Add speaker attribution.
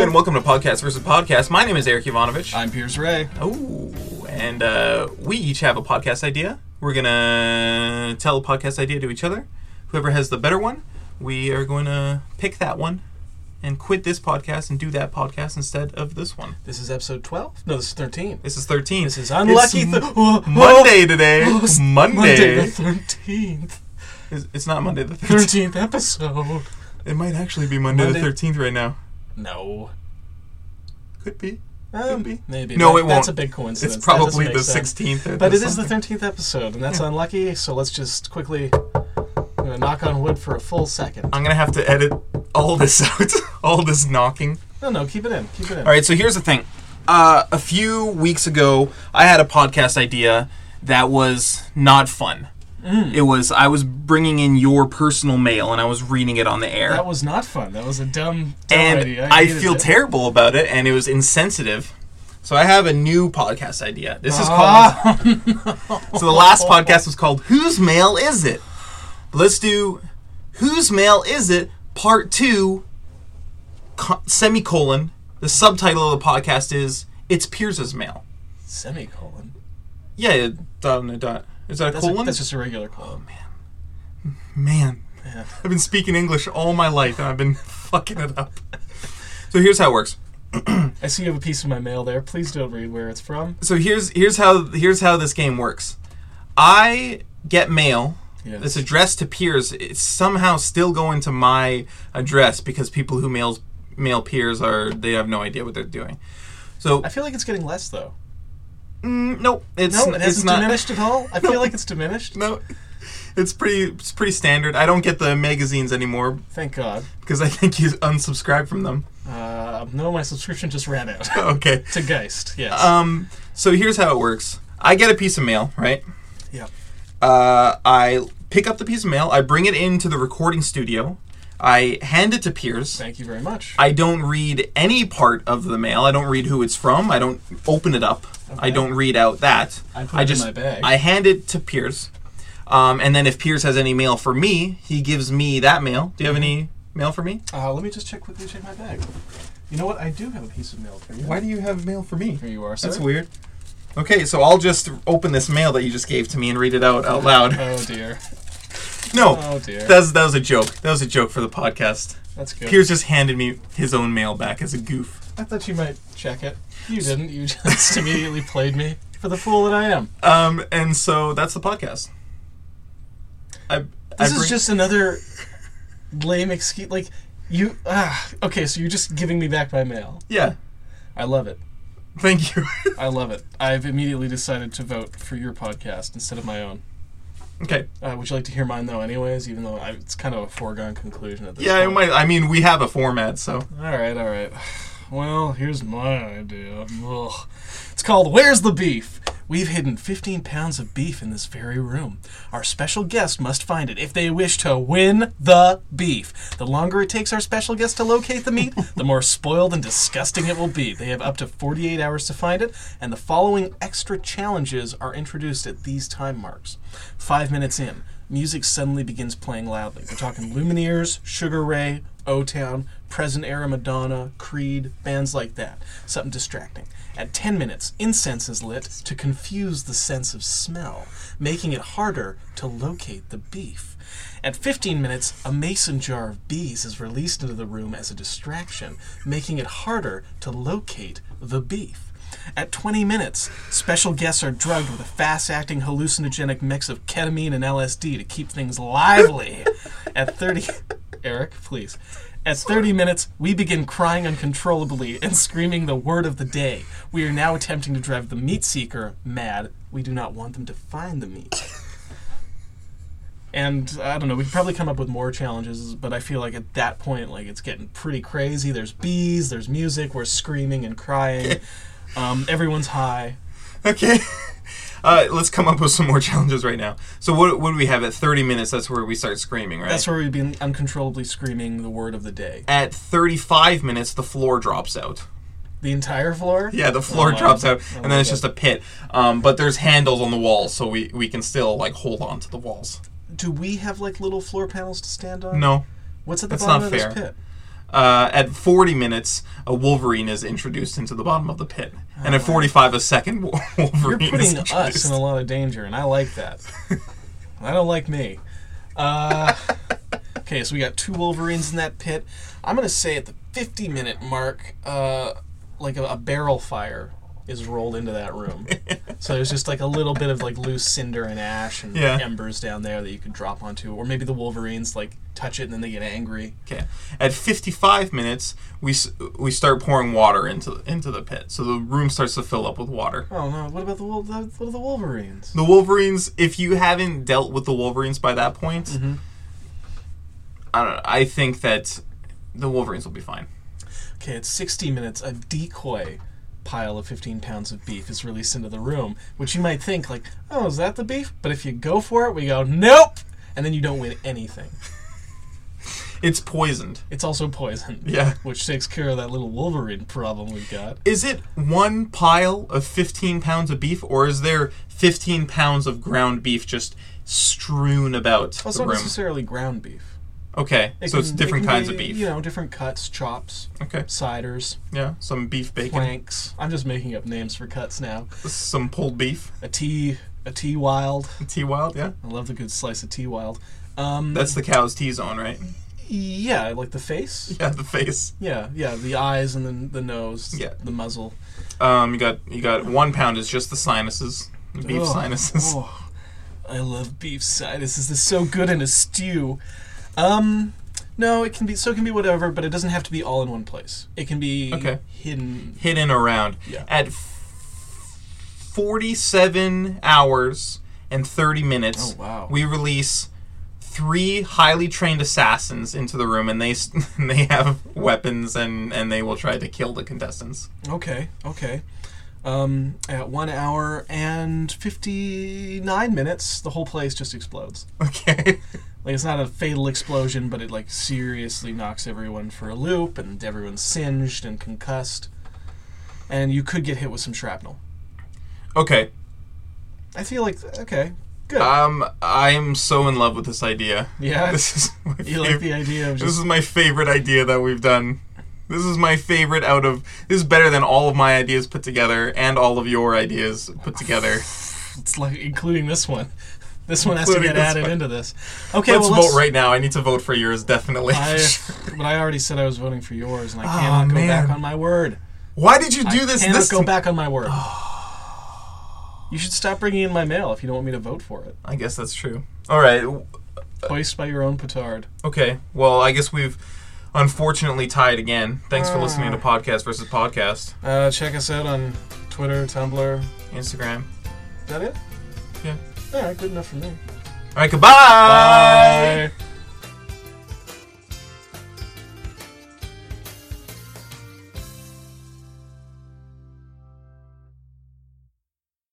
Speaker 1: and welcome to Podcast versus Podcast. My name is Eric Ivanovich.
Speaker 2: I'm Piers Ray.
Speaker 1: Oh, and uh, we each have a podcast idea. We're gonna tell a podcast idea to each other. Whoever has the better one, we are going to pick that one and quit this podcast and do that podcast instead of this one.
Speaker 2: This is episode 12? No, this is 13.
Speaker 1: This is 13.
Speaker 2: This is unlucky.
Speaker 1: It's
Speaker 2: Th-
Speaker 1: M-
Speaker 2: oh, oh,
Speaker 1: Monday today.
Speaker 2: oh, it's Monday
Speaker 1: Monday.
Speaker 2: the 13th.
Speaker 1: It's it's not Monday the 13th.
Speaker 2: 13th episode.
Speaker 1: It might actually be Monday,
Speaker 2: Monday.
Speaker 1: the 13th right now.
Speaker 2: No.
Speaker 1: Could be.
Speaker 2: Um,
Speaker 1: be.
Speaker 2: Maybe.
Speaker 1: No,
Speaker 2: but
Speaker 1: it won't.
Speaker 2: That's a big coincidence.
Speaker 1: It's
Speaker 2: That doesn't
Speaker 1: probably
Speaker 2: make
Speaker 1: the
Speaker 2: sense.
Speaker 1: 16th. or
Speaker 2: But it is the
Speaker 1: something.
Speaker 2: 13th episode, and that's
Speaker 1: Yeah.
Speaker 2: unlucky, so let's just quickly I'm gonna knock on wood for a full second.
Speaker 1: I'm going to have to edit all this out. all this knocking.
Speaker 2: No, no, keep it in. Keep it in.
Speaker 1: All right, so here's the thing. Uh, a few weeks ago, I had a podcast idea that was not fun.
Speaker 2: Mm.
Speaker 1: It was I was bringing in your personal mail and I was reading it on the air,
Speaker 2: That was not fun. That was a dumb, dumb
Speaker 1: and
Speaker 2: idea.
Speaker 1: I,
Speaker 2: hated
Speaker 1: feel
Speaker 2: it.
Speaker 1: terrible about it, and it was insensitive. So I have a new podcast idea. This is called.
Speaker 2: Ah.
Speaker 1: So the last podcast was called "Whose Mail Is It." Let's do "Whose Mail Is It" Part Two. Co- semicolon. The subtitle of the podcast is "It's Pierce's Mail."
Speaker 2: Semicolon.
Speaker 1: Yeah, it- dot and a dot. Is that a
Speaker 2: That's,
Speaker 1: colon? Oh,
Speaker 2: a, that's just a regular colon.
Speaker 1: Man,
Speaker 2: Yeah.
Speaker 1: I've been speaking English all my life, and I've been fucking it up. So here's how it works.
Speaker 2: I see you have a piece of my mail there. Please don't read where it's from.
Speaker 1: So here's here's how here's how this game works. I get mail
Speaker 2: Yes.
Speaker 1: that's addressed to peers. It's somehow still going to my address because people who mails mail peers are they have no idea what they're doing. So
Speaker 2: I feel like it's getting less though.
Speaker 1: mm, nope, it's
Speaker 2: No, it
Speaker 1: it's
Speaker 2: hasn't
Speaker 1: not.
Speaker 2: diminished at all. I feel like it's diminished.
Speaker 1: No, it's pretty it's pretty standard. I don't get the magazines anymore
Speaker 2: Thank God.
Speaker 1: because I think you unsubscribe from them.
Speaker 2: Uh, no, my subscription just ran out
Speaker 1: Okay.
Speaker 2: to Geist. Yes.
Speaker 1: Um, so here's how it works. I get a piece of mail, right?
Speaker 2: yeah.
Speaker 1: Uh, I pick up the piece of mail. I bring it into the recording studio. I hand it to Piers.
Speaker 2: Thank you very much.
Speaker 1: I don't read any part of the mail. I don't read who it's from. I don't open it up. I
Speaker 2: Okay.
Speaker 1: don't read out that.
Speaker 2: I put it in
Speaker 1: just
Speaker 2: my bag.
Speaker 1: I hand it to Piers. Um, and then if Piers has any mail for me, he gives me that mail. Do you have any mail for me?
Speaker 2: uh, let me just check quickly. Check my bag. You know what? I do have a piece of mail for you.
Speaker 1: do you have mail for me?
Speaker 2: Here you are, sir.
Speaker 1: That's weird. Okay, so I'll just open this mail that you just gave to me and read it out out loud.
Speaker 2: Oh dear.
Speaker 1: No,
Speaker 2: Oh dear.
Speaker 1: That's that was a joke. That was a joke for the podcast.
Speaker 2: That's good.
Speaker 1: Piers just handed me his own mail back as a goof.
Speaker 2: I thought you might check it. You didn't. You just immediately played me for the fool that I am.
Speaker 1: Um, and so that's the podcast. I, I
Speaker 2: This
Speaker 1: bring-
Speaker 2: is just another lame excuse. Like you. Ah, okay, so you're just giving me back my mail.
Speaker 1: yeah.
Speaker 2: I love it.
Speaker 1: Thank you.
Speaker 2: I love it. I've immediately decided to vote for your podcast instead of my own.
Speaker 1: okay.
Speaker 2: Uh, would you like to hear mine though, anyways? Even though I, it's kind of a foregone conclusion at this
Speaker 1: Yeah, it
Speaker 2: point.
Speaker 1: might. I mean, we have a format, so
Speaker 2: All right, all right. Well, here's my idea. Ugh. It's called Where's the Beef? We've hidden 15 pounds of beef in this very room. Our special guest must find it if they wish to win the beef. The longer it takes our special guest to locate the meat, the more spoiled and disgusting it will be. They have up to 48 hours to find it, and the following extra challenges are introduced at these time marks. Five minutes in, music suddenly begins playing loudly. We're talking Lumineers, Sugar Ray, O Town, present era Madonna, Creed, bands like that. Something distracting. At 10 minutes, incense is lit to confuse the sense of smell, making it harder to locate the beef. At 15 minutes, a mason jar of bees is released into the room as a distraction, making it harder to locate the beef. At 20 minutes, special guests are drugged with a fast acting hallucinogenic mix of ketamine and LSD to keep things lively. At 30, Eric, please. At 30 minutes, we begin crying uncontrollably and screaming the word of the day. We are now attempting to drive the meat seeker mad. We do not want them to find the meat. And I don't know, we could probably come up with more challenges, but I feel like at that point, like it's getting pretty crazy. There's bees, there's music, we're screaming and crying. Um, everyone's high.
Speaker 1: okay. Uh, let's come up with some more challenges right now. So what, what do we have at 30 minutes? That's where we start screaming, right?
Speaker 2: That's where we've been uncontrollably screaming the word of the day.
Speaker 1: at 35 minutes, the floor drops out.
Speaker 2: The entire floor?
Speaker 1: Yeah, the floor
Speaker 2: Oh, wow.
Speaker 1: drops out,
Speaker 2: I
Speaker 1: and then
Speaker 2: like
Speaker 1: it's
Speaker 2: that.
Speaker 1: just a pit. Um, but there's handles on the walls, so we, we can still like hold on to the walls.
Speaker 2: Do we have like little floor panels to stand on?
Speaker 1: No,
Speaker 2: What's at the
Speaker 1: That's
Speaker 2: bottom
Speaker 1: not
Speaker 2: of
Speaker 1: fair.
Speaker 2: this pit?
Speaker 1: Uh, at 40 minutes, a Wolverine is introduced into the bottom of the pit, and at 45, a second Wol-
Speaker 2: You're
Speaker 1: Wolverine is
Speaker 2: putting
Speaker 1: introduced.
Speaker 2: us in a lot of danger, and I like that. I don't like me. Uh, okay, so we got two Wolverines in that pit. I'm gonna say at the 50 minute mark, uh, like a, a barrel fire is rolled into that room. so there's just like a little bit of like loose cinder and ash and
Speaker 1: Yeah.
Speaker 2: embers down there that you could drop onto, or maybe the Wolverines like touch it and then they get angry.
Speaker 1: Okay. At 55 minutes, we s- we start pouring water into into the pit, so the room starts to fill up with water.
Speaker 2: Oh no! What about the Wol- the- what are the Wolverines?
Speaker 1: The Wolverines, if you haven't dealt with the Wolverines by that point,
Speaker 2: Mm-hmm.
Speaker 1: I don't know. I think that the Wolverines will be fine.
Speaker 2: Okay, it's 60 minutes. A decoy pile of 15 pounds of beef is released into the room, which you might think, like, oh, is that the beef? But if you go for it, we go, nope! And then you don't win anything.
Speaker 1: It's poisoned.
Speaker 2: It's also poison.
Speaker 1: Yeah.
Speaker 2: Which takes care of that little Wolverine problem we've got.
Speaker 1: Is it one pile of 15 pounds of beef, or is there 15 pounds of ground beef just strewn about
Speaker 2: Well, it's
Speaker 1: the room?
Speaker 2: not necessarily ground beef.
Speaker 1: Okay,
Speaker 2: It
Speaker 1: so it's
Speaker 2: can- it
Speaker 1: different
Speaker 2: can
Speaker 1: kinds
Speaker 2: be,
Speaker 1: of beef.
Speaker 2: You know, different cuts, chops,
Speaker 1: Okay,
Speaker 2: ciders,
Speaker 1: yeah, some beef bacon,
Speaker 2: flanks. I'm just making up names for cuts now.
Speaker 1: some pulled beef,
Speaker 2: A tea, a tea wild.
Speaker 1: T wild, yeah.
Speaker 2: I love the good slice of tea wild. Um,
Speaker 1: That's the cow's T zone, right?
Speaker 2: yeah, like the face.
Speaker 1: Yeah, the face.
Speaker 2: Yeah, yeah, the eyes and then the nose,
Speaker 1: Yeah.
Speaker 2: the muzzle.
Speaker 1: Um, you got you got one pound is just the sinuses, the beef
Speaker 2: Ugh.
Speaker 1: sinuses.
Speaker 2: Oh, I love beef sinuses. This is so good in a stew. Um, no, it can be so it can be whatever, but it doesn't have to be all in one place. It can be
Speaker 1: Okay.
Speaker 2: hidden.
Speaker 1: Hidden around
Speaker 2: Yeah.
Speaker 1: at f- forty-seven hours and thirty minutes.
Speaker 2: Oh, wow.
Speaker 1: We release three highly trained assassins into the room, and they s- and they have weapons, and and they will try to kill the contestants.
Speaker 2: Okay, okay. Um, at one hour and fifty nine minutes, the whole place just explodes.
Speaker 1: Okay.
Speaker 2: Like it's not a fatal explosion, but it like seriously knocks everyone for a loop, and everyone's singed and concussed, and you could get hit with some shrapnel.
Speaker 1: okay.
Speaker 2: I feel like okay, good.
Speaker 1: Um, I am so in love with this idea.
Speaker 2: yeah,
Speaker 1: This is my
Speaker 2: you like
Speaker 1: favorite.
Speaker 2: the idea of
Speaker 1: This
Speaker 2: just
Speaker 1: is my favorite idea that we've done. This is my favorite out of. This is better than all of my ideas put together and all of your ideas put together.
Speaker 2: it's like including this one. This one has to
Speaker 1: Including
Speaker 2: get
Speaker 1: this
Speaker 2: added
Speaker 1: one.
Speaker 2: into this. Okay,
Speaker 1: let's,
Speaker 2: well, let's,
Speaker 1: vote right now. I need to vote for yours definitely.
Speaker 2: I, but I already said I was voting for yours, and I
Speaker 1: Aw,
Speaker 2: cannot go back
Speaker 1: Ah, man.
Speaker 2: on my word.
Speaker 1: Why did you do
Speaker 2: I
Speaker 1: this?
Speaker 2: Cannot
Speaker 1: This Oh.
Speaker 2: go back on my word. You should stop bringing in my mail if you don't want me to vote for it.
Speaker 1: I guess that's true. All right. w- Uh.
Speaker 2: Hoist by your own petard.
Speaker 1: Okay. Well, I guess we've unfortunately tied again. Thanks for listening to
Speaker 2: Mm.
Speaker 1: podcast versus podcast.
Speaker 2: Uh, check us out on Twitter, Tumblr.
Speaker 1: Instagram.
Speaker 2: Is that it?
Speaker 1: Yeah.
Speaker 2: All right, good enough for me.
Speaker 1: All right. Goodbye.
Speaker 2: Bye.